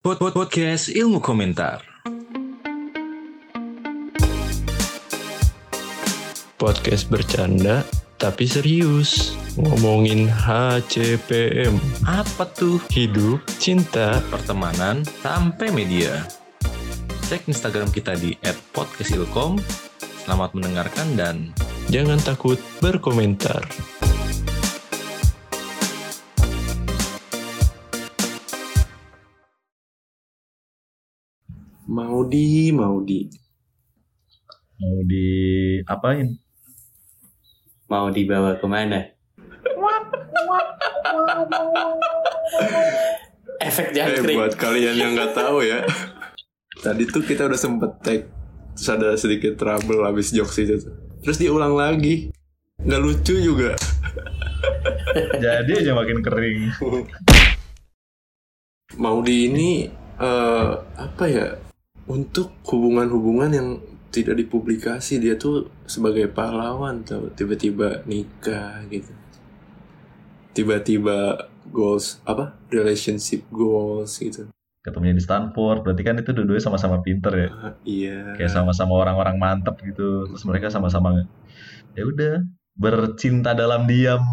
Pod Pod- Podcast Ilmu Komentar. podcast bercanda tapi serius ngomongin HCPM Apa tuh hidup cinta pertemanan sampai media? Cek Instagram kita di @podcastilkom. Selamat mendengarkan dan jangan takut berkomentar Maudi, Maudi. mau diapain? Mau dibawa kemana? Efek Eh, jangkrik. buat kalian yang nggak tahu ya, tadi tuh kita udah sempet tag, terus ada sedikit trouble abis jokes itu. tuh. Terus diulang lagi, nggak lucu juga. Jadi aja makin kering. Mau di ini eh, apa ya? Untuk hubungan-hubungan yang tidak dipublikasi dia tuh sebagai pahlawan tuh tiba-tiba nikah gitu. Tiba-tiba goals apa relationship goals gitu. ketemunya di Stanford berarti kan itu dua-duanya sama-sama pinter ya Ah, iya. kayak sama-sama orang-orang mantep gitu terus mereka sama-sama ya udah bercinta dalam diam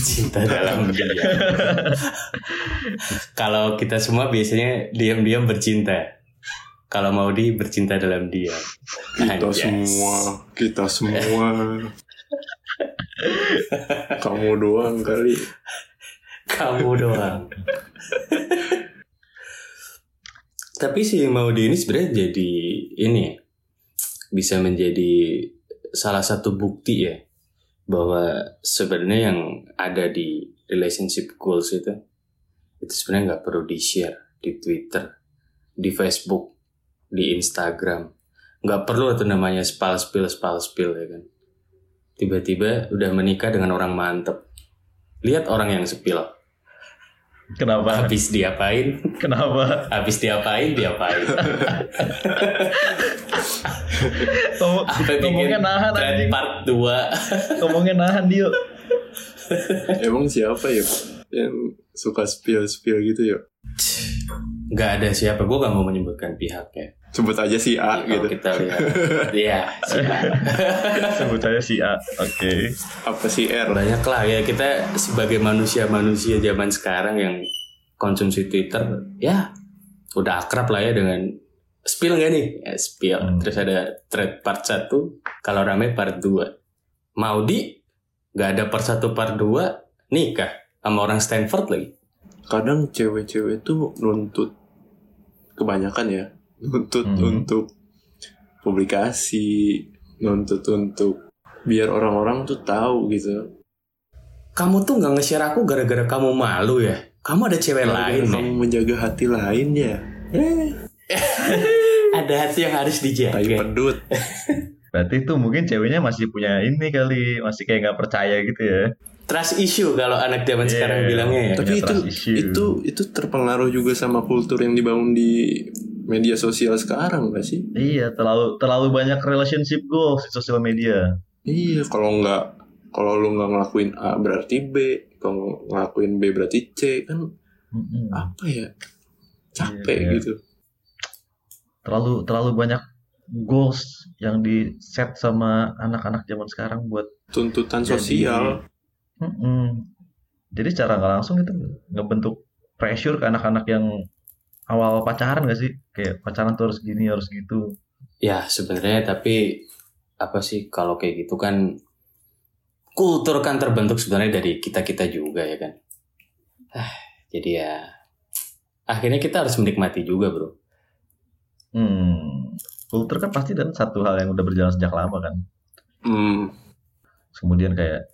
Cinta dalam diam. Kalau kita semua biasanya diam-diam bercinta. Kalau Maudi bercinta dalam diam. Kita Anjas. semua, kita semua. Kamu doang kali. Kamu doang. Tapi si Maudi ini sebenarnya jadi ini ya, bisa menjadi salah satu bukti ya bahwa sebenarnya yang ada di relationship goals itu itu sebenarnya nggak perlu di share di Twitter, di Facebook, di Instagram, nggak perlu atau namanya spal spill spal spill ya kan. Tiba-tiba udah menikah dengan orang mantep. Lihat orang yang sepil kenapa habis diapain kenapa habis diapain diapain Ngom- apa ngomongnya bikin nahan Brad anjing part 2 ngomongnya nahan dia Emang siapa ya yang suka spill-spill gitu ya? nggak ada siapa gue gak mau menyebutkan pihaknya Sebut aja si Jadi A kalau gitu. kita lihat ya sebut aja si A oke Apa si R? banyak lah ya kita sebagai manusia manusia zaman sekarang yang konsumsi Twitter ya udah akrab lah ya dengan spill nggak nih ya, spill Hmm. terus ada thread part 1 kalau rame part 2 Maudi nggak ada part 1 part 2 nikah sama orang Stanford lagi Kadang cewek-cewek tuh nuntut kebanyakan ya, nuntut Hmm. untuk publikasi, nuntut untuk biar orang-orang tuh tahu gitu. kamu tuh nggak nge-share aku gara-gara kamu malu ya? Kamu ada cewek lain Biar ya? kamu menjaga hati lain ya. Ada hati yang harus dijaga. Tai pedut. berarti itu mungkin ceweknya masih punya ini kali masih kayak nggak percaya gitu ya Trust issue kalau anak zaman Iya. sekarang bilangnya ya. Tapi Punya itu trust issue. itu itu terpengaruh juga sama kultur yang dibangun di media sosial sekarang gak sih? iya terlalu terlalu banyak relationship goals di sosial media Iya, kalau nggak kalau lu nggak ngelakuin A berarti B, kalau ngelakuin B berarti C kan Mm-mm. apa ya? Capek Iya, iya. gitu. terlalu terlalu banyak goals yang di set sama anak-anak zaman sekarang buat Tuntutan Jadi- sosial Mm-mm. Jadi secara nggak langsung itu ngebentuk pressure ke anak-anak yang awal pacaran gak sih? Kayak pacaran tuh harus gini, harus gitu. Ya sebenarnya tapi apa sih kalau kayak gitu kan kultur kan terbentuk sebenarnya dari kita kita juga ya kan. Ah, jadi ya akhirnya kita harus menikmati juga bro. Hmm. Kultur kan pasti dan satu hal yang udah berjalan sejak lama kan. Hmm, Kemudian kayak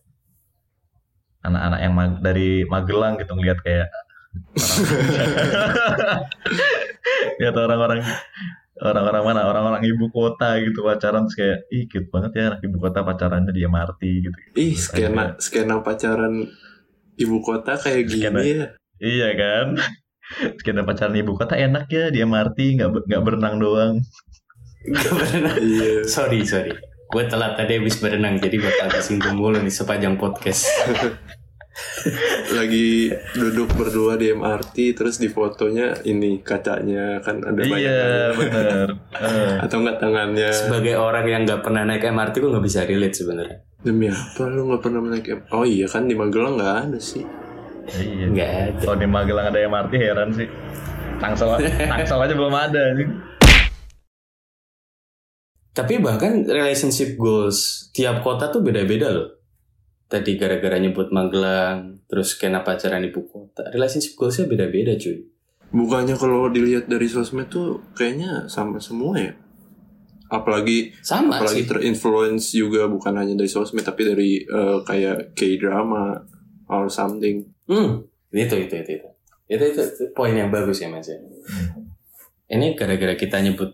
anak-anak yang mag- dari Magelang gitu ngeliat kayak orang- lihat orang-orang orang-orang mana orang-orang ibu kota gitu pacaran terus kayak ih cute banget ya anak ibu kota pacarannya di MRT gitu ih skena skena pacaran ibu kota kayak Skena. gini ya. Iya kan? Sekedar pacaran ibu kota enak ya di MRT nggak be- nggak berenang doang. Gak berenang. Iya. sorry sorry. Gue telat tadi habis berenang jadi bakal kesinggung mulu nih sepanjang podcast. lagi duduk berdua di MRT terus di fotonya ini kacanya kan ada banyak iya bener Eh, atau enggak tangannya Sebagai orang yang nggak pernah naik MRT, gue nggak bisa relate sebenarnya. demi apa lu nggak pernah naik M- oh iya kan di Magelang nggak ada sih iya Nggak ada. kalau di Magelang ada MRT heran sih Tangsel, tangsel aja belum ada sih. Tapi bahkan relationship goals tiap kota tuh beda-beda loh. Tadi gara-gara nyebut Magelang, terus kena pacaran ibu kota. Relationship goalsnya beda-beda cuy. bukannya kalau dilihat dari sosmed tuh kayaknya sama semua ya apalagi Sama apalagi sih. terinfluence juga bukan hanya dari sosmed tapi dari eh, kayak k drama or something Hmm, itu itu itu itu. Itu itu, itu poin yang bagus ya Mas. ya. Hmm. Ini gara-gara kita nyebut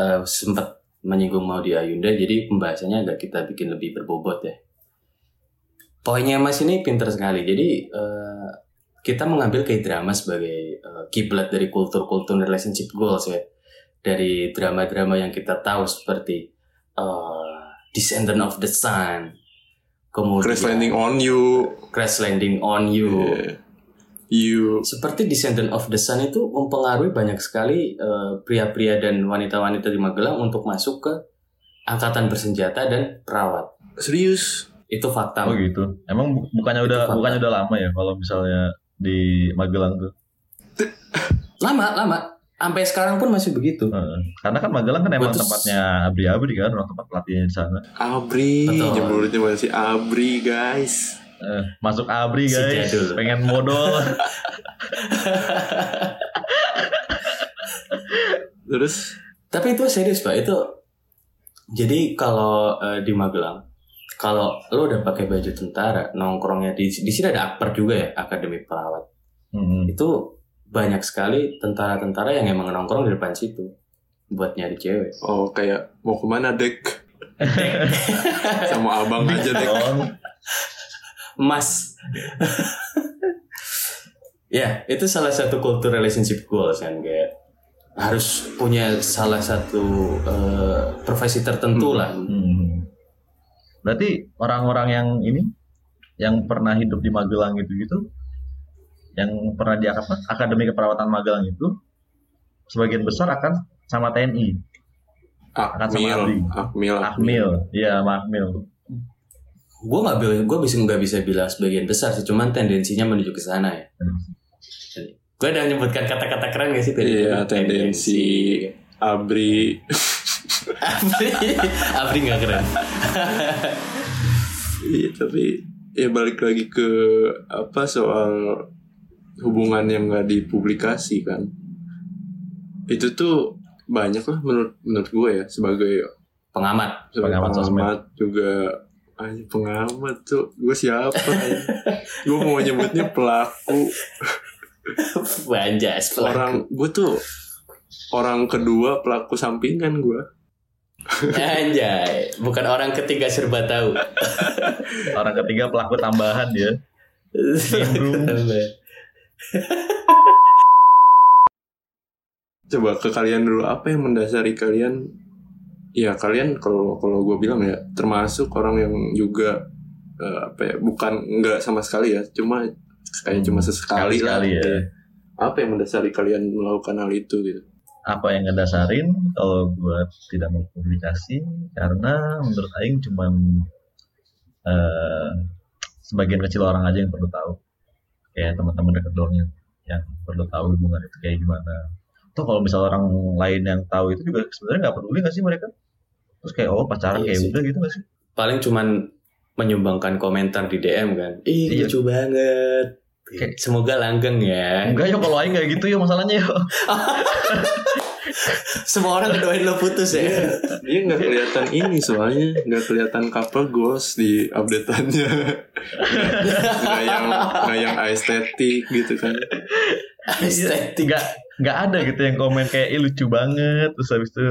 eh, sempat menyinggung mau di Ayunda, jadi pembahasannya agak kita bikin lebih berbobot ya. Poinnya Mas ini pinter sekali. Jadi eh, kita mengambil kayak drama sebagai eh, kiblat dari kultur-kultur relationship goals ya. Dari drama-drama yang kita tahu seperti eh, Descendant of the Sun, kemudian crash landing Iya, on you Crash Landing on You, Yeah. you seperti Descendant of the Sun itu mempengaruhi banyak sekali eh, pria-pria dan wanita-wanita di Magelang untuk masuk ke angkatan bersenjata dan perawat. serius Itu fakta. Oh gitu. Emang bu- bukannya Itu udah fakta. bukannya udah lama ya kalau misalnya di Magelang tuh. Lama, lama. Sampai sekarang pun masih begitu. Heeh. Karena kan Magelang kan emang Betul. tempatnya abri-abri kan, orang tempat pelatihnya di sana. abri Betul. nyebutnya masih abri guys Eh, masuk abri Si guys, jadul. pengen modal. terus Tapi itu serius, Pak. Itu jadi kalau eh, di Magelang, kalau lo udah pakai baju tentara, nongkrongnya di di sini ada akper juga ya, Akademi Perawat. Hmm. Itu banyak sekali tentara-tentara yang emang nongkrong di depan situ buat nyari cewek. oh kayak mau kemana dek sama abang aja dek Dong. emas. ya, itu salah satu kultur relationship goals kan kayak harus punya salah satu eh, profesi tertentu lah. Hmm. Berarti orang-orang yang ini yang pernah hidup di Magelang gitu-gitu yang pernah di apa, Akademi Keperawatan Magelang itu sebagian besar akan sama TNI, Akan sama akmil abri. akmil Akmil, iya sama Akmil. Gue nggak bil- gua bisa nggak bisa bilang sebagian besar sih, cuman tendensinya menuju ke sana ya. Gue udah menyebutkan kata-kata keren gak sih tadi? Iya, tendensi. abri Abri, Abri nggak keren. Iya tapi ya balik lagi ke apa soal hubungan yang nggak dipublikasi kan itu tuh banyak lah menurut menurut gue ya sebagai Pengamat. sebagai pengamat, Pengamat sosmed. juga Ay, pengamat tuh gue siapa gue mau nyebutnya pelaku Banjas. pelaku. orang gue tuh orang kedua pelaku sampingan gue Anjay. Bukan orang ketiga serba tahu. Orang ketiga pelaku tambahan ya. coba ke kalian dulu apa yang mendasari kalian ya kalian kalau kalau gue bilang ya termasuk orang yang juga eh, apa ya bukan nggak sama sekali ya cuma kayak Hmm, cuma sesekali lah Iya. sekali-sekali ya. apa yang mendasari kalian melakukan hal itu gitu apa yang ngedasarin kalau buat tidak mau publikasi karena menurut Aing cuman eh, sebagian kecil orang aja yang perlu tahu kayak teman-teman dekat doangnya yang perlu tahu hubungan itu kayak gimana atau kalau misal orang lain yang tahu itu juga sebenarnya nggak peduli nggak sih mereka terus kayak oh pacaran Iya kayak sih. udah gitu nggak sih paling cuman menyumbangkan komentar di DM kan. Ih, Iya. lucu banget. Kayak- Semoga langgeng ya. enggak ya kalau Aing nggak gitu ya masalahnya ya Semua orang ngedoain lo putus ya. dia Iya, nggak kelihatan ini soalnya nggak kelihatan couple goals di updateannya nggak yang nggak yang estetik gitu kan Estetik. nggak nggak ada gitu yang komen kayak Ih, lucu banget terus habis itu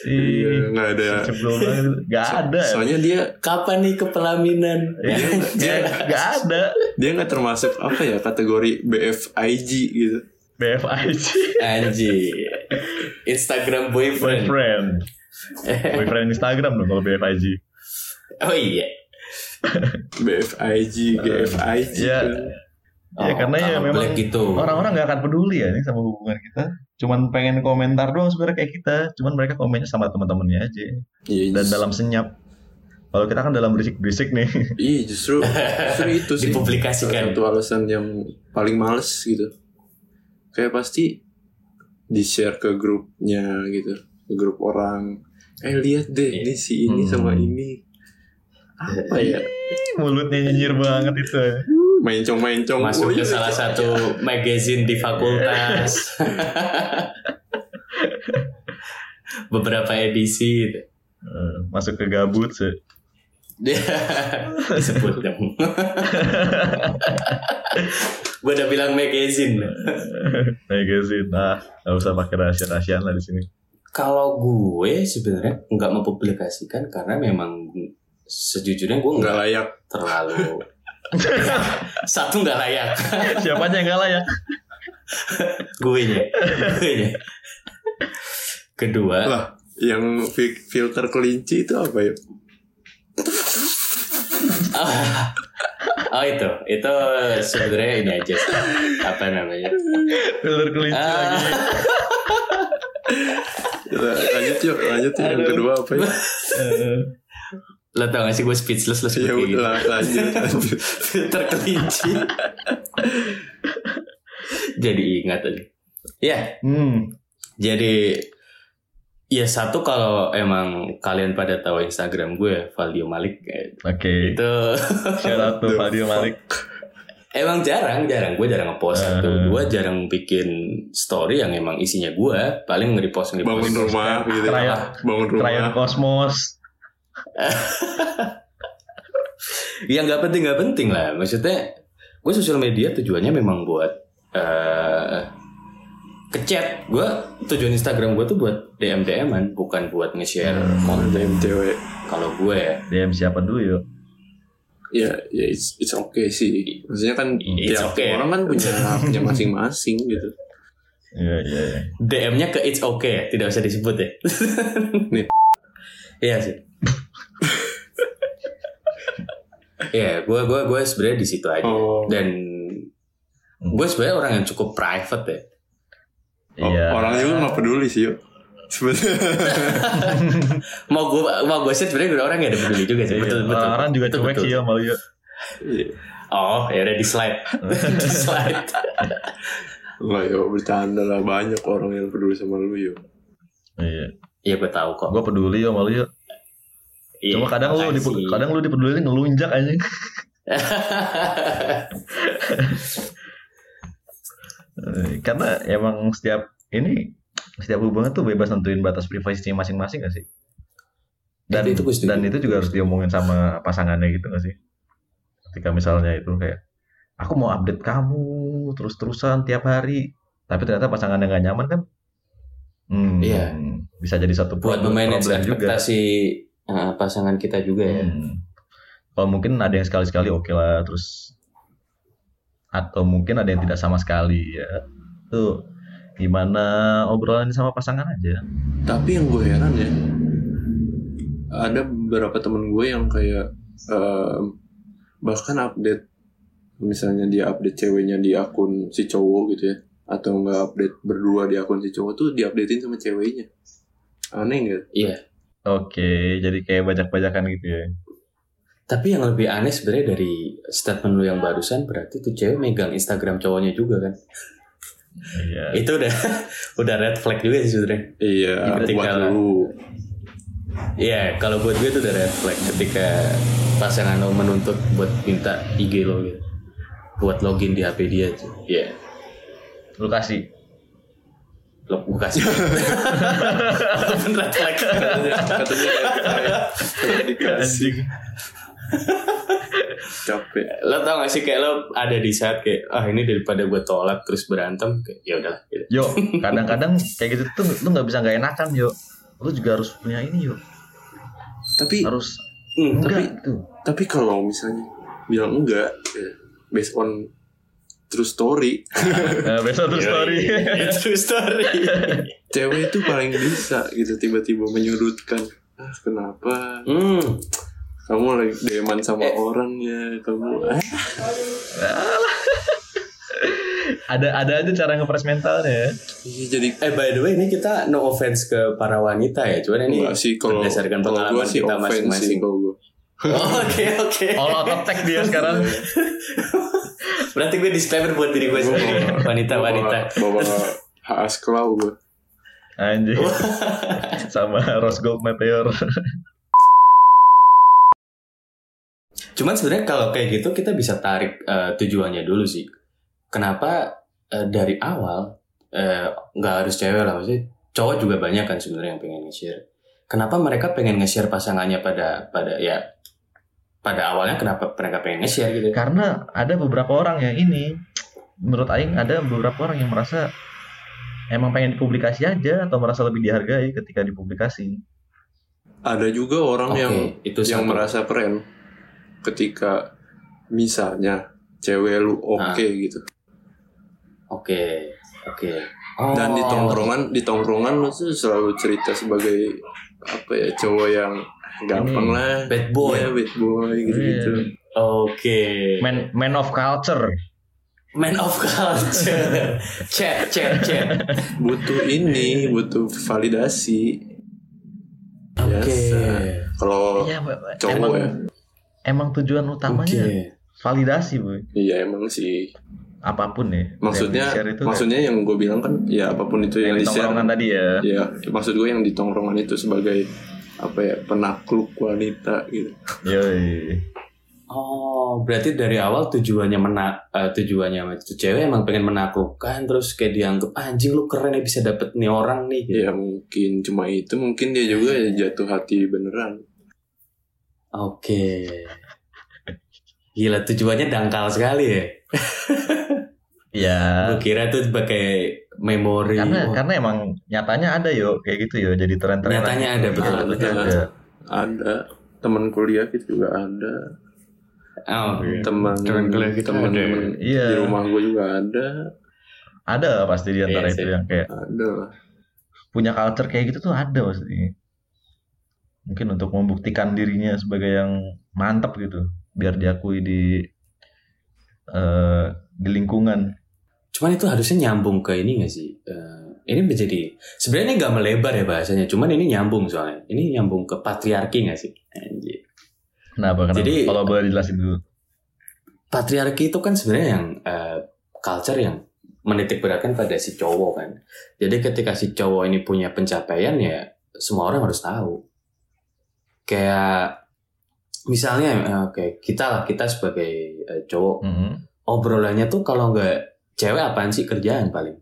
Iya, ih nggak ada sebelum banget nggak So- Hmm. ada ya? soalnya dia Kapan nih kepelaminan? Iya, dia nggak ada dia nggak termasuk apa ya kategori BFIG gitu BFIG Anji. Instagram boyfriend. boyfriend boyfriend Instagram dong kalau BFIG Oh iya. BFIG, GFIG. ya. kan. ya karena ya orang memang black Oh, gitu. orang-orang nggak akan peduli ya ini sama hubungan kita cuman pengen komentar doang sebenarnya kayak kita cuman mereka komennya sama teman-temannya aja Iya, dan just- dalam senyap kalau kita kan dalam berisik-berisik nih Iya, justru justru itu sih. Dipublikasikan. Salah Satu alasan yang paling males gitu. Kayak pasti di-share ke grupnya gitu, ke grup orang. Eh Iya. lihat deh, ini si ini Hmm. sama ini. Apa ya? mulutnya nyinyir banget itu ya. Mencong-mencong. Masuk ke Woy, iya. salah satu magazine di fakultas. Beberapa edisi gitu. Eh, masuk ke gabut sih disebut dong. Gue udah bilang magazine. magazine nah nggak usah pakai rahasia-rahasiaan lah di sini Kalau gue sebenarnya nggak mempublikasikan karena memang sejujurnya gue nggak nggak layak. terlalu satu nggak layak siapa aja yang kalah ya gue nya kedua Lah, yang fi- filter kelinci itu apa ya? ah, oh itu itu sebenarnya ini aja sih. apa namanya filter kelinci Ah. lagi Kita lanjut yuk, lanjut yuk. Yang Aduh. kedua apa ya? Eh, lo tau gak sih gue speechless lo Ya seperti gitu udah lanjut, lanjut. filter kelinci jadi ingat aja ya hmm Jadi ya satu kalau emang kalian pada tahu Instagram gue Valdio Malik eh, oke itu shout out to Fadil Malik emang jarang jarang gue jarang ngepost Eh. satu gue jarang bikin story yang emang isinya gue paling nge-repost Bangun nge-repost rumah gitu. Krayon. Bangun Krayon rumah. Kosmos yang Iya, nggak penting nggak penting lah maksudnya gue sosial media tujuannya memang buat eh kecet gue tujuan Instagram gue tuh buat DM DMan bukan buat nge-share Ada yang cewek. kalau gue ya DM siapa dulu yuk Ya, ya it's, it's okay sih. Maksudnya kan It's tiap okay. orang kan punya punya masing-masing gitu. Iya iya iya. DM-nya ke it's okay, ya? tidak usah disebut ya. Nih. Iya sih. Iya, gue gua gua sebenarnya di situ aja. Oh, Dan gue sebenarnya orang yang cukup private ya. oh, Iya. orang juga nggak peduli sih yuk. Sebenarnya Mau gue mau gue sih sebenarnya gue orang yang ada peduli juga sih. Iya, Betul betul. Orang-orang juga Betul, cuek betul. sih ya malu ya. Oh, ya udah di slide. Hmm. di slide. lah yuk bercanda lah banyak orang yang peduli sama lu yuk. Iya. Iya gue tahu kok. Gue peduli ya malu ya. Iya, Cuma kadang lu makasih. dipe- kadang lu dipedulin ngelunjak aja. Eh, Karena emang setiap ini setiap hubungan tuh bebas nentuin batas privasinya masing-masing gak sih? Dan Itu- itu itu, gue setuju. dan itu juga harus diomongin sama pasangannya gitu gak sih? Ketika misalnya itu kayak aku mau update kamu terus-terusan tiap hari, tapi ternyata pasangannya nggak nyaman kan? Hmm, Iya. Bisa jadi satu buat problem- memanage problem juga. ekspektasi eh, pasangan kita juga ya. Hmm. Kalau mungkin ada yang sekali-sekali oke lah, terus atau mungkin ada yang tidak sama sekali ya. Tuh gimana obrolan sama pasangan aja. Tapi yang gue heran ya, ada beberapa temen gue yang kayak em, bahkan update misalnya dia update ceweknya di akun si cowok gitu ya atau nggak update berdua di akun si cowok tuh diupdatein sama ceweknya aneh nggak Iya. Oke, jadi kayak bajak-bajakan gitu ya. Tapi yang lebih aneh sebenarnya dari statement lu yang barusan berarti tuh cewek megang Instagram cowoknya juga kan? Iya. Itu udah udah red flag juga sih sebenarnya. Iya, Ketika- buat lu. Iya, kalau buat gue itu udah red flag ketika pasangan lo menuntut buat minta IG lo gitu. Buat login di HP dia tuh. Iya. Lu kasih. Lo gue kasih. Walaupun red flag. Katanya kayak dikasih capek. lo tau gak sih kayak lo ada di saat kayak ah ini daripada gue tolak terus berantem kayak ya udahlah gitu. Yo, kadang-kadang kayak gitu tuh lu nggak bisa nggak enakan yo. Lu juga harus punya ini yo. Tapi Harus Hmm, enggak gitu. tapi- itu. tapi kalau misalnya bilang enggak ya, based on true story, Eh, besok terus story. Yoi. True story. cewek itu paling bisa gitu tiba-tiba menyudutkan. Ah, kenapa? Hmm. Kamu lagi deman sama Eh. orang ya, kamu eh, ada ada aja cara ngepres mentalnya. ya. iya, jadi Eh by the way ini kita no offense ke para wanita ya, cuman ini enggak sih kalau berdasarkan kalau pengalaman gua sih kita offense masing-masing. sih kalau gua. Oh, Oke oke. All out attack dia sekarang. Berarti gue disclaimer buat diri gue sendiri. Wanita Gua wanita. Bawa, bawa hak asklau gua. Anjir. Sama Rose Gold Meteor. Cuman sebenarnya kalau kayak gitu kita bisa tarik eh, tujuannya dulu sih. Kenapa eh, dari awal eh, nggak harus cewek lah maksudnya cowok juga banyak kan sebenarnya yang pengen nge-share. Kenapa mereka pengen nge-share pasangannya pada pada ya pada awalnya kenapa mereka pengen nge-share gitu? Karena ada beberapa orang yang ini menurut aing ada beberapa orang yang merasa emang pengen dipublikasi aja atau merasa lebih dihargai ketika dipublikasi. Ada juga orang yang itu yang satu. merasa keren ketika misalnya cewek lu Ah. oke gitu. Oke, oke. Oh. Dan di tongkrongan, di tongkrongan lu tuh selalu cerita sebagai apa ya cowok yang gampang Ini, Hmm. lah. bad boy. Iya, bad boy gitu-gitu. Oke. Man man of culture. Man of culture. chat, chat, chat. Butuh ini, butuh validasi. Oke. Biasa. Kalau Iya, Mbak, Mbak. cowok emang, ya. emang tujuan utamanya Oke. validasi, Bu. Iya emang sih. Apapun ya. Maksudnya, yang di-share itu maksudnya yang gue bilang kan, ya apapun itu yang yang, di di-share. tongkrongan tadi ya. Ya, maksud gue yang di tongkrongan itu sebagai apa ya penakluk wanita gitu. Yoi. Oh, berarti dari awal tujuannya mena eh, tujuannya sama itu cewek emang pengen menaklukkan terus kayak dianggap "Ah, anjing lu keren ya bisa dapet nih orang nih Iya. gitu. Ya mungkin cuma itu, mungkin dia juga ya jatuh hati beneran. Oke. Gila tujuannya dangkal sekali ya. Ya. Gue kira tuh pakai memori. Oh. Ah. Karena Wah, karena emang nyatanya ada yo kayak gitu yo jadi tren-tren. Iya, Nyatanya ada, betul, Ada, betul. ada. Ada teman kuliah kita juga ada, oh, teman Teman kuliah kita teman ada. teman Iya. di rumah gue juga ada, Ada lah pasti di antara Iya itu sih. yang kayak ada lah. punya culture kayak gitu tuh ada maksudnya. Mungkin untuk membuktikan dirinya sebagai yang mantap gitu, biar diakui di eh di lingkungan. Cuman itu harusnya nyambung ke ini gak sih? Eh, ini menjadi sebenarnya ini nggak melebar ya bahasanya. Cuman ini nyambung soalnya. Ini nyambung ke patriarki gak sih? Anjir. Kenapa? Kenapa? Jadi- Nah, Kalau boleh dijelasin dulu. patriarki itu kan sebenarnya yang eh, culture yang menitik beratkan pada si cowok kan. Jadi ketika si cowok ini punya pencapaian ya semua orang harus tahu. Kayak misalnya eh, kayak kita lah kita sebagai eh, cowok Mm-hmm. Mhm. obrolannya tuh kalau nggak cewek apaan sih kerjaan paling.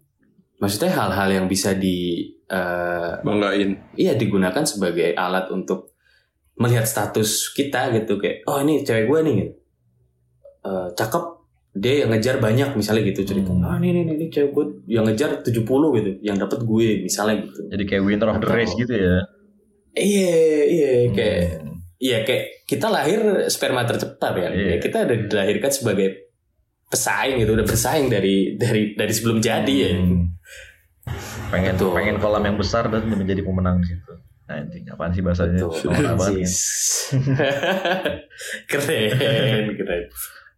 Maksudnya hal-hal yang bisa di eh, Banggain. iya digunakan sebagai alat untuk melihat status kita gitu kayak oh ini cewek gue nih gitu. Eh, cakep dia yang ngejar banyak misalnya gitu cerita Hmm. ah ini ini ini cewek gue yang ngejar 70 gitu yang dapat gue misalnya gitu Jadi kayak winner of the race gitu ya. iya iya kayak Hmm. iya kayak kita lahir sperma tercepat ya Iya. kita ada dilahirkan sebagai pesaing gitu udah bersaing dari dari dari sebelum jadi ya Hmm. Pengen Betul. pengen kolam yang besar dan menjadi pemenang di situ. Anjing, apaan sih bahasanya? Betul. Apaan apaan ya? Sis. keren keren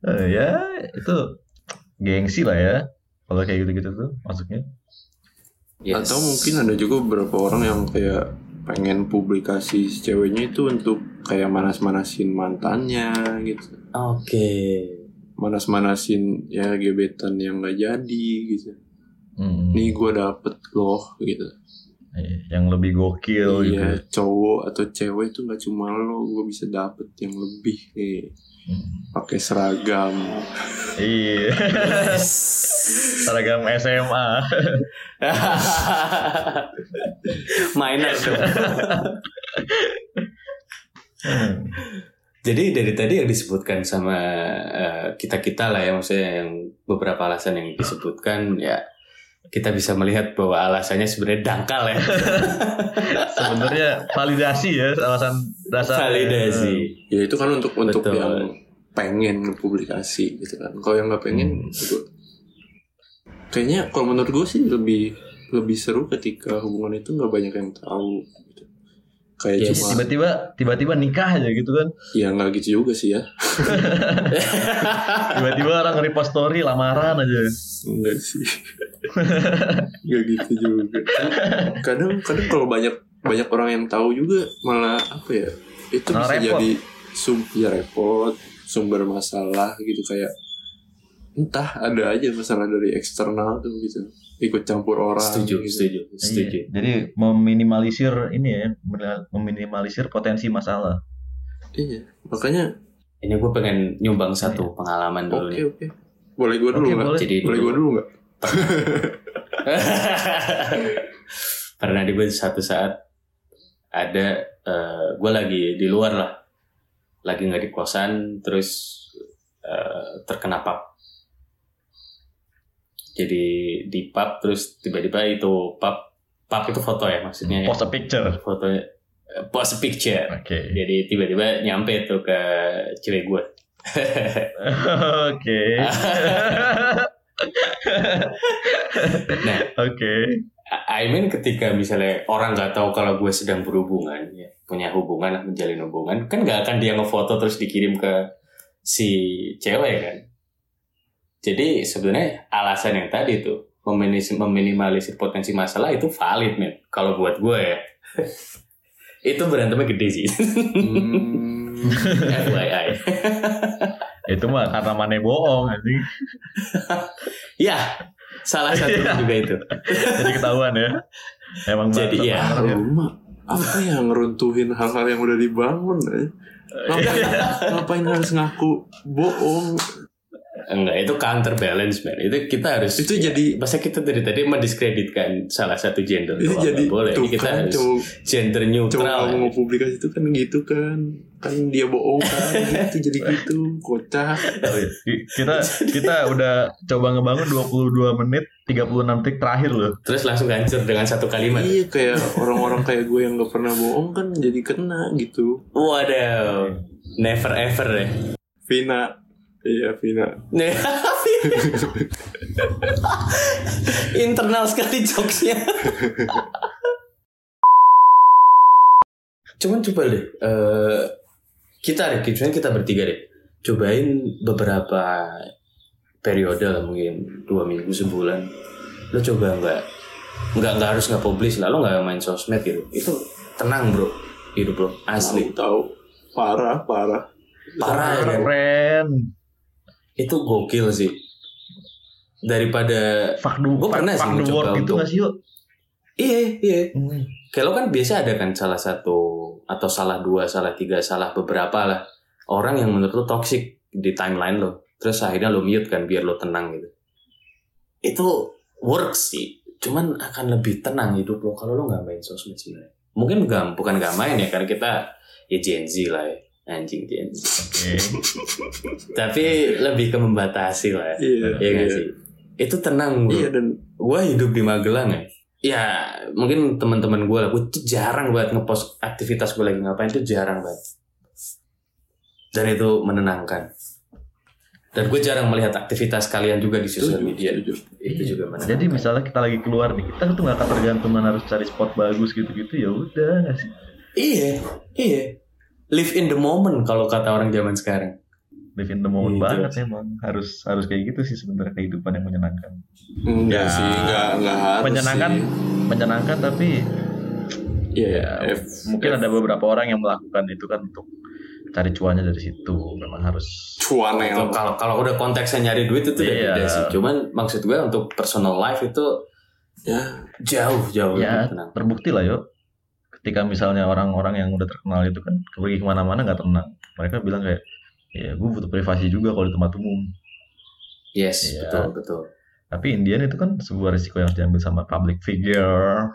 Eh, ya, itu gengsi lah ya. Kalau kayak gitu-gitu tuh maksudnya. Yes. Atau mungkin ada juga beberapa orang yang kayak pengen publikasi si ceweknya itu untuk kayak manas-manasin mantannya gitu. Oke. Manas-manasin ya gebetan yang gak jadi gitu. Hmm. Nih gue dapet loh gitu. Iya, Yang lebih gokil gitu. Iya cowok atau cewek itu gak cuma lo, gue bisa dapet yang lebih nih. Hmm. Pakai seragam. Iya. Seragam SMA. Minor dong. Hmm. Jadi dari tadi yang disebutkan sama kita kita lah ya maksudnya yang beberapa alasan yang disebutkan ya kita bisa melihat bahwa alasannya sebenarnya dangkal ya Sebenarnya validasi ya alasan dasar. validasi. Ya itu kan untuk untuk Betul. yang pengen publikasi gitu kan. Kalau yang nggak pengen, gua- kayaknya kalau menurut gue sih lebih lebih seru ketika hubungan itu nggak banyak yang tahu. Gitu. Iya kayak Yes. cuma Tiba-tiba tiba-tiba nikah aja gitu kan. ya nggak gitu juga sih ya Tiba-tiba orang repost story lamaran aja. enggak sih nggak gitu juga kadang kadang kalau banyak banyak orang yang tahu juga malah apa ya itu Malah bisa repot. jadi sum ya repot sumber masalah gitu kayak entah ada aja masalah dari eksternal tuh gitu ikut campur orang setuju, gitu. setuju, setuju. Iya. Jadi meminimalisir ini ya, meminimalisir potensi masalah. iya makanya Ini gue pengen nyumbang satu pengalaman oke dulu nih. oke boleh gue dulu Oke, nggak boleh. Jadi boleh gue dulu nggak Pernah di gue satu saat ada gue lagi di luar lah, lagi nggak di kosan, terus eh, terkena pub. Jadi di pub terus tiba-tiba itu pub pub itu foto ya maksudnya ya. Post a picture. foto eh, post picture. Oke. Jadi tiba-tiba nyampe tuh ke cewek gue. Oke. Nah. Oke. I mean ketika misalnya orang nggak tahu kalau gue sedang berhubungan, ya, punya hubungan, menjalin hubungan, kan nggak akan dia ngefoto terus dikirim ke si cewek kan. Jadi sebenarnya alasan yang tadi tuh meminis- meminimalisir potensi masalah itu valid men. Kalau buat gue ya, itu berantemnya gede sih. Hmm. FYI. Itu mah karena mana bohong anjing. ya, salah satu juga itu. Jadi ketahuan ya. Emang Jadi bangsat ya. banget ya. Rumah Ah, apa yang ngeruntuhin hal-hal yang udah dibangun eh? ngapain, Iya. ngapain harus ngaku bohong Enggak, itu counterbalance, man. Itu kita harus Itu jadi- masa kita dari tadi mendiskreditkan salah satu gender itu doang, jadi nggak boleh. tuh Ini kita kan harus cowok gender cowok neutral. ya. kamu mau publikasi itu kan gitu kan kan dia bohong kan gitu jadi gitu kocak Oh iya. Ki- Kita kita udah coba ngebangun 22 menit 36 detik terakhir loh. Terus langsung hancur dengan satu kalimat. iya kayak orang-orang kayak gue yang gak pernah bohong kan jadi kena gitu Waduh. Never ever ya. Vina iya Vina Nih, Internal sekali jokesnya. Cuman coba deh, eh, kita deh, cuman kita bertiga deh. Cobain beberapa periode lah mungkin dua minggu sebulan. Lo coba nggak nggak nggak harus nggak publish lah, lo nggak main sosmed gitu. Itu tenang bro, hidup lo asli. tahu tahu parah parah Parah ya kan? Keren. Itu gokil sih. Daripada Fuck the, Gua pernah sih fuck the mencoba world gitu untuk- gak sih yuk? Iya, iya. Kayak lo kan biasa ada kan salah satu atau salah dua, salah tiga, salah beberapa lah orang yang menurut lo toxic di timeline lo. Terus akhirnya lo mute kan biar lo tenang gitu. Itu works sih. Cuman akan lebih tenang hidup lo kalau lo nggak main sosmed sebenarnya. Mungkin gak, bukan nggak main ya karena kita ya Gen Z lah ya. Anjing Gen Z. Oke. Tapi lebih ke membatasi lah ya. iya Iya nggak sih? Itu tenang bro iya dan gue hidup di Magelang ya ya mungkin teman-teman gue lah gue tuh jarang banget ngepost aktivitas gue lagi ngapain tuh jarang banget dan itu menenangkan dan gue jarang melihat aktivitas kalian juga di sosial setuju, media setuju. itu juga menenangkan Jadi misalnya kita lagi keluar nih, kita tuh gak akan tergantungan harus cari spot bagus gitu-gitu ya udah gak sih? iya iya live in the moment kalau kata orang zaman sekarang Live in the moment Iya, banget emang harus harus kayak gitu sih sebenarnya kehidupan yang menyenangkan. enggak Ya, sih enggak enggak harus menyenangkan, sih. menyenangkan tapi iya ya, F- Iya. mungkin ada beberapa orang yang melakukan itu kan untuk cari cuannya dari situ memang harus cuanel Kalau- kalau kalau udah konteksnya nyari duit itu udah Iya. beda sih cuman maksud gue untuk personal life itu Ya. jauh jauh Ya. lebih tenang terbukti lah yuk ketika misalnya orang-orang yang udah terkenal itu kan pergi kemana-mana nggak tenang mereka bilang kayak ya gue butuh privasi juga kalau di tempat umum yes Iya. betul betul tapi Indian itu kan sebuah risiko yang harus diambil sama public figure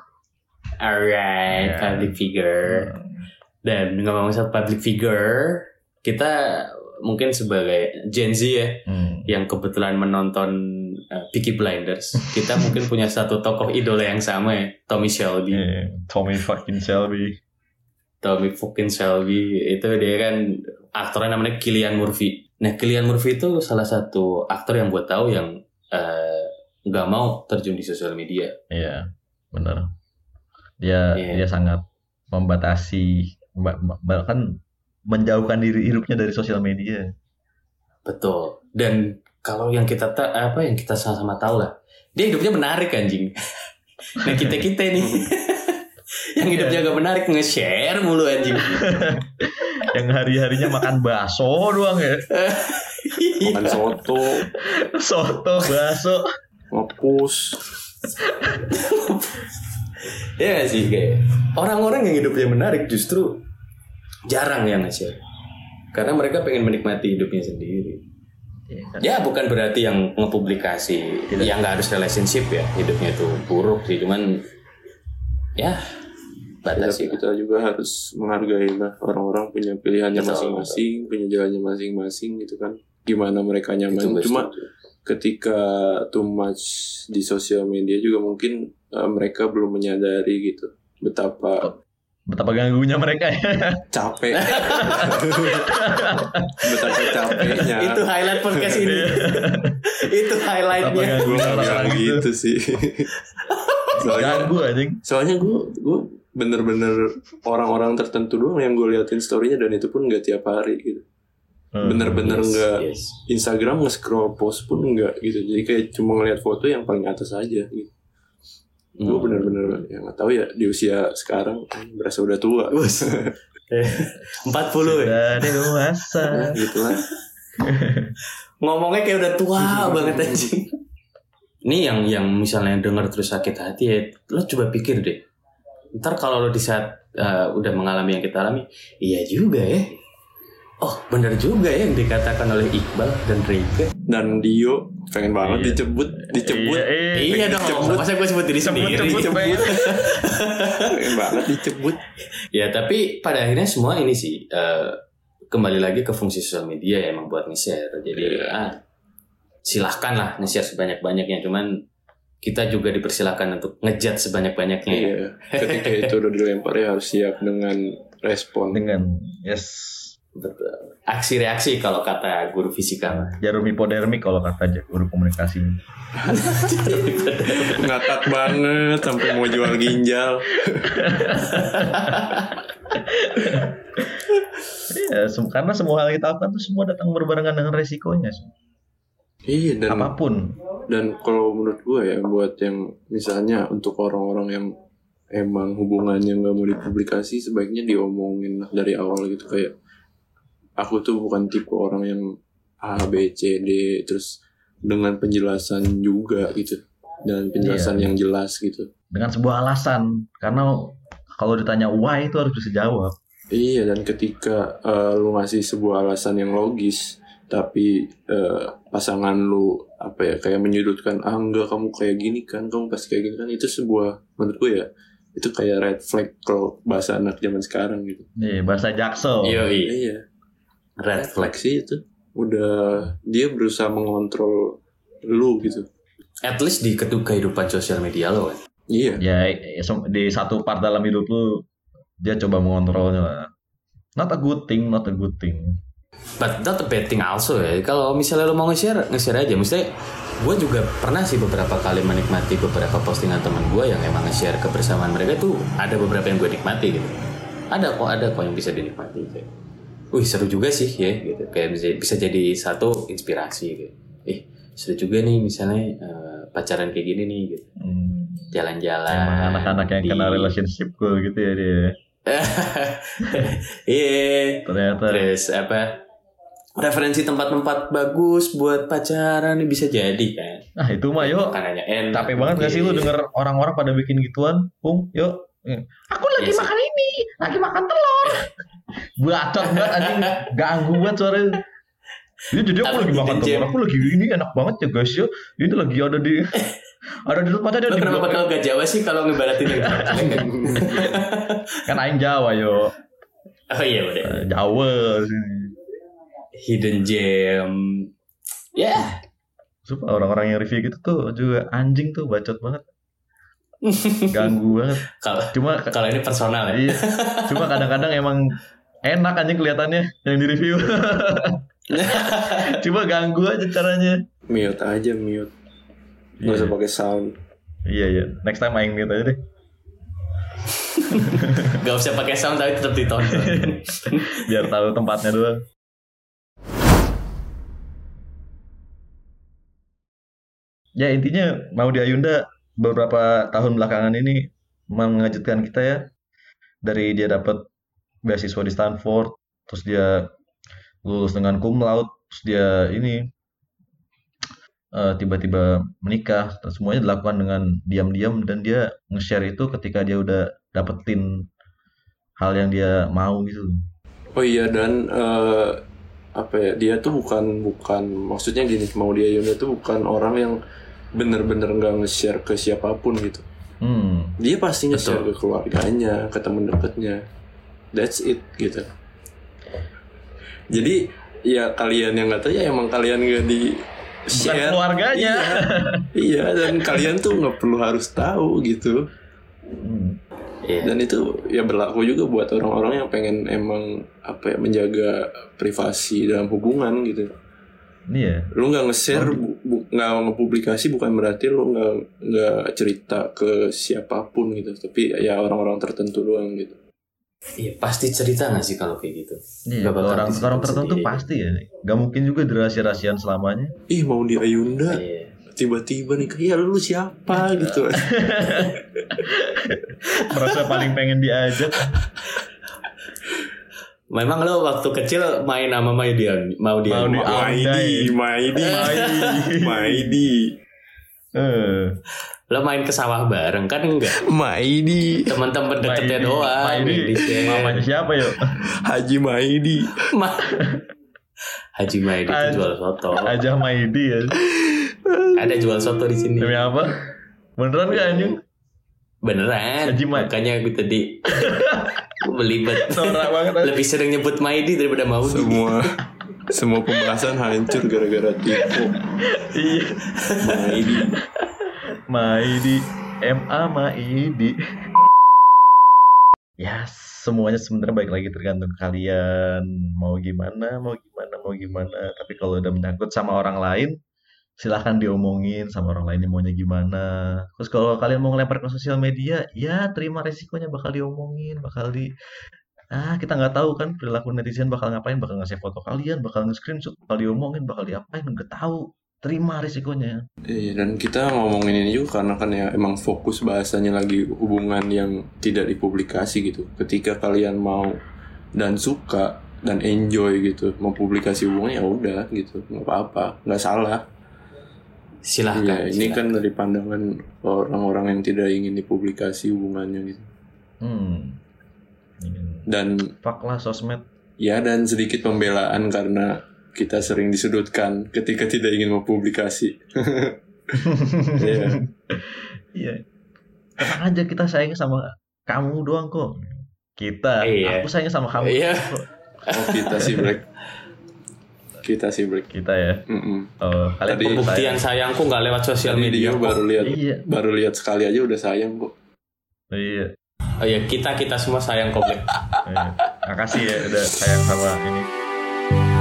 Alright, Ya. public figure. Dan ngomong soal public figure, kita mungkin sebagai Gen Z ya, Hmm. yang kebetulan menonton uh, Peaky Blinders, kita mungkin punya satu tokoh idola yang sama ya, Tommy Shelby. Eh, Tommy fucking Shelby Tommy fucking Shelby itu dia kan aktornya namanya Killian Murphy. Nah Killian Murphy itu salah satu aktor yang gue tahu yang eh, nggak mau terjun di sosial media. Iya benar dia Iya. dia sangat membatasi ba- ba- bahkan menjauhkan diri hidupnya dari sosial media. Betul. Dan kalau yang kita ta- apa yang kita sama-sama tahu lah, dia hidupnya menarik anjing. nah kita kita nih yang hidupnya agak menarik nge-share mulu anjing. Yang hari-harinya makan bakso doang ya. Makan soto, Soto, bakso. ngepus. Iya gak sih kayak orang-orang yang hidupnya menarik justru jarang yang nge-share. Karena mereka pengen menikmati hidupnya sendiri. Iya kan? Ya bukan berarti yang ngepublikasi yang nggak harus relationship ya hidupnya itu buruk sih cuman ya batas Tapi sih. Iya kita juga harus menghargai lah orang-orang punya pilihannya Betul, masing-masing, punya jalannya masing-masing gitu kan. Gimana mereka Itu nyaman. gue Cuma setuju. ketika too much di sosial media juga mungkin eh, mereka belum menyadari gitu betapa Betapa ganggunya mereka ya. capek betapa capeknya itu highlight podcast ini. itu Betapa highlightnya. gue ganggunya nggak bilang orang-orang gitu. gitu sih soalnya Ganggu anjing. soalnya gue gue bener-bener orang-orang tertentu doang yang gue liatin storynya dan itu pun nggak tiap hari gitu Hmm. bener-bener Yes, nggak yes. Instagram nge-scroll post pun nggak gitu jadi kayak cuma ngeliat foto yang paling atas aja gitu gue Hmm. bener-bener ya nggak tahu ya di usia sekarang berasa udah tua Wes. Eh, 40 ya. Sudah dewasa. ya, gitu lah Ngomongnya kayak udah tua banget anjing. Ini yang yang misalnya denger terus sakit hati ya, lo coba pikir deh. Ntar kalau lo di saat eh, udah mengalami yang kita alami, iya juga ya. Oh, bener juga ya yang dikatakan oleh Iqbal dan Rika. dan Dio pengen banget Iya. dicebut dicebut Iya, iya. Iya dong, Cebut. masa gue sebut diri sendiri. pengen banget dicebut Ya tapi pada akhirnya semua ini sih eh, kembali lagi ke fungsi sosial media ya emang buat nge-share. Jadi ah, silahkan lah nge-share sebanyak-banyaknya. Cuman kita juga dipersilahkan untuk ngejat sebanyak-banyaknya. ya. iya ketika itu udah dilempar ya harus siap dengan respon Dengan yes Betul. Aksi reaksi kalau kata guru fisika mah. jarum hipodermik kalau kata guru komunikasi. ngakak banget sampai mau jual ginjal Iya, sem- karena semua hal yang kita lakukan tuh semua datang berbarengan dengan resikonya. iya dan Apapun. dan kalau menurut gue ya buat yang misalnya untuk orang-orang yang emang hubungannya nggak mau dipublikasi sebaiknya diomongin lah dari awal gitu kayak aku tuh bukan tipe orang yang A B C D terus dengan penjelasan juga gitu dan penjelasan yang jelas gitu Dengan sebuah alasan. Karena kalau ditanya why itu harus bisa jawab. iya dan ketika eh, lu ngasih sebuah alasan yang logis tapi eh, pasangan lu apa ya kayak menyudutkan ah enggak kamu kayak gini kan kamu pasti kayak gini kan itu sebuah menurut gue ya itu kayak red flag kalau bahasa anak zaman sekarang gitu Nih, Iya, bahasa Jaksel. Yoi, iya red flag. refleksi itu udah dia berusaha mengontrol lu gitu At least di kedua kehidupan sosial media lo kan. iya Ya, eh, sem- di satu part dalam hidup lu, dia coba mengontrolnya lah. Not a good thing, not a good thing. But not a bad thing also ya. Kalau misalnya lo mau nge-share, nge-share aja. Maksudnya gue juga pernah sih beberapa kali menikmati beberapa postingan teman gue yang emang nge-share kebersamaan mereka tuh ada beberapa yang gue nikmati gitu. Ada kok, ada kok yang bisa dinikmati. Kayak, Wih seru juga sih ya gitu. Kayak bisa, bisa jadi satu inspirasi gitu. Eh seru juga nih misalnya eh, pacaran kayak gini nih gitu. Hmm. Jalan-jalan. Emang anak-anak yang di- kena relationship goal gitu ya dia. Iya. Ternyata Terus apa? Referensi tempat-tempat bagus buat pacaran bisa jadi kan. Nah itu mah yuk Makanannya enak. Capek banget gak sih lu Iya. denger orang-orang pada bikin gituan Pung yuk Aku Iya lagi sih. makan ini Lagi makan telur Bacot banget anjing Ganggu banget suaranya Iya jadi aku Apa lagi gitu, makan telur Jim? Aku lagi ini enak banget ya guys ya Ini lagi ada di Ada di tempatnya ada Lu di kenapa blok. kalau gak Jawa sih kalau ngebaratin yang jelek kan? Kan Aing Jawa yo Oh iya udah. Eh, Jawa sini Hidden gem. Ya. Sumpah orang-orang yang review gitu tuh juga anjing tuh bacot banget Ganggu banget Kalau Cuma kalau ini personal ya. Iya. Cuma kadang-kadang emang enak anjing kelihatannya yang di review. Cuma ganggu aja caranya. mute aja mute nggak usah pakai sound gitu Iya iya. Next time aing mute aja deh. Gak usah pakai sound tapi tetap ditonton. biar tahu tempatnya doang. Ya intinya mau di Ayunda beberapa tahun belakangan ini mengejutkan kita ya. Dari dia dapat beasiswa di Stanford, terus dia lulus dengan cum laude, terus dia ini eh, tiba-tiba menikah, terus semuanya dilakukan dengan diam-diam dan dia nge-share itu ketika dia udah dapetin hal yang dia mau gitu. Oh iya dan eh, apa ya dia tuh bukan bukan maksudnya gini mau dia Yunda tuh bukan orang yang bener-bener nggak nge-share ke siapapun gitu. Hmm, Dia pasti nge-share Betul. ke keluarganya, ke temen deketnya. That's it gitu. Jadi ya kalian yang nggak tahu ya emang kalian nggak di bukan share. keluarganya. Iya, iya dan kalian tuh nggak perlu harus tahu gitu. Hmm, Iya. dan itu ya berlaku juga buat orang-orang yang pengen emang apa ya menjaga privasi dalam hubungan gitu iya. lu nggak nge-share bu- bu- nggak ngepublikasi bukan berarti lu nggak nggak cerita ke siapapun gitu tapi ya orang-orang tertentu doang gitu Iya, pasti cerita nggak sih kalau kayak gitu? Iya, Nggak bakal orang disimpan orang tertentu sendiri. pasti ya. Gak mungkin juga dirahasia-rahasian selamanya. ih mau di Ayunda Iya. tiba-tiba nih ya lu siapa gitu Merasa paling pengen diajak. Memang lo waktu kecil main sama mau dia mau dia. Mau di- Maidi Maidi Maidi Eh, Lo main ke sawah bareng kan enggak? Maidi Teman-teman deketnya Maidi, doang. Maidi. yang di-share. Mamanya siapa yuk? Haji Maidi Ma- Haji Maidi itu Haji- jual soto. Ajah Maidi ya. Ada jual soto di sini. Demi apa? Beneran gak anjing? Beneran. Haji Maidi. Makanya gue tadi gue belibet. Norak banget. anjing. Lebih sering nyebut Maidi daripada Maudi. semua semua pembahasan hancur gara-gara tipu Iya. Maidi Maidi. MA Maidi. Ya, semuanya sebenarnya baik lagi tergantung kalian mau gimana, mau gimana, mau gimana. Tapi kalau udah menyangkut sama orang lain, silahkan diomongin sama orang lainnya maunya gimana. Terus kalau kalian mau ngelempar ke sosial media, ya terima resikonya bakal diomongin, bakal di ah kita nggak tahu kan perilaku netizen bakal ngapain, bakal ngasih foto kalian, bakal nge-screenshot, bakal diomongin, bakal diapain, nggak tahu. Terima resikonya. Iya, dan kita ngomongin ini juga karena kan ya emang fokus bahasanya lagi hubungan yang tidak dipublikasi gitu. Ketika kalian mau dan suka dan enjoy gitu mempublikasi hubungannya ya udah gitu nggak apa-apa nggak salah Silahkan. Iya, ini silahkan. kan dari pandangan orang-orang yang tidak ingin dipublikasi hubungannya gitu Hmm. Ingin- dan Fuck lah sosmed. ya dan sedikit pembelaan karena kita sering disudutkan ketika tidak ingin mempublikasi Iya. Iya. Tenang aja kita sayang sama kamu doang kok. Kita, Iya. aku sayang sama kamu. Iya. kok. oh kita sih break kita sih break Kita ya. Mm-mm. Oh, kalian Tadi- kok Pembuktian sayang. sayangku nggak lewat sosial Tadi media. dia baru lihat Iya. baru lihat sekali aja udah sayang kok. Iya. Oh ya kita kita semua sayang kok. Blek. iya. Makasih ya udah sayang sama ini.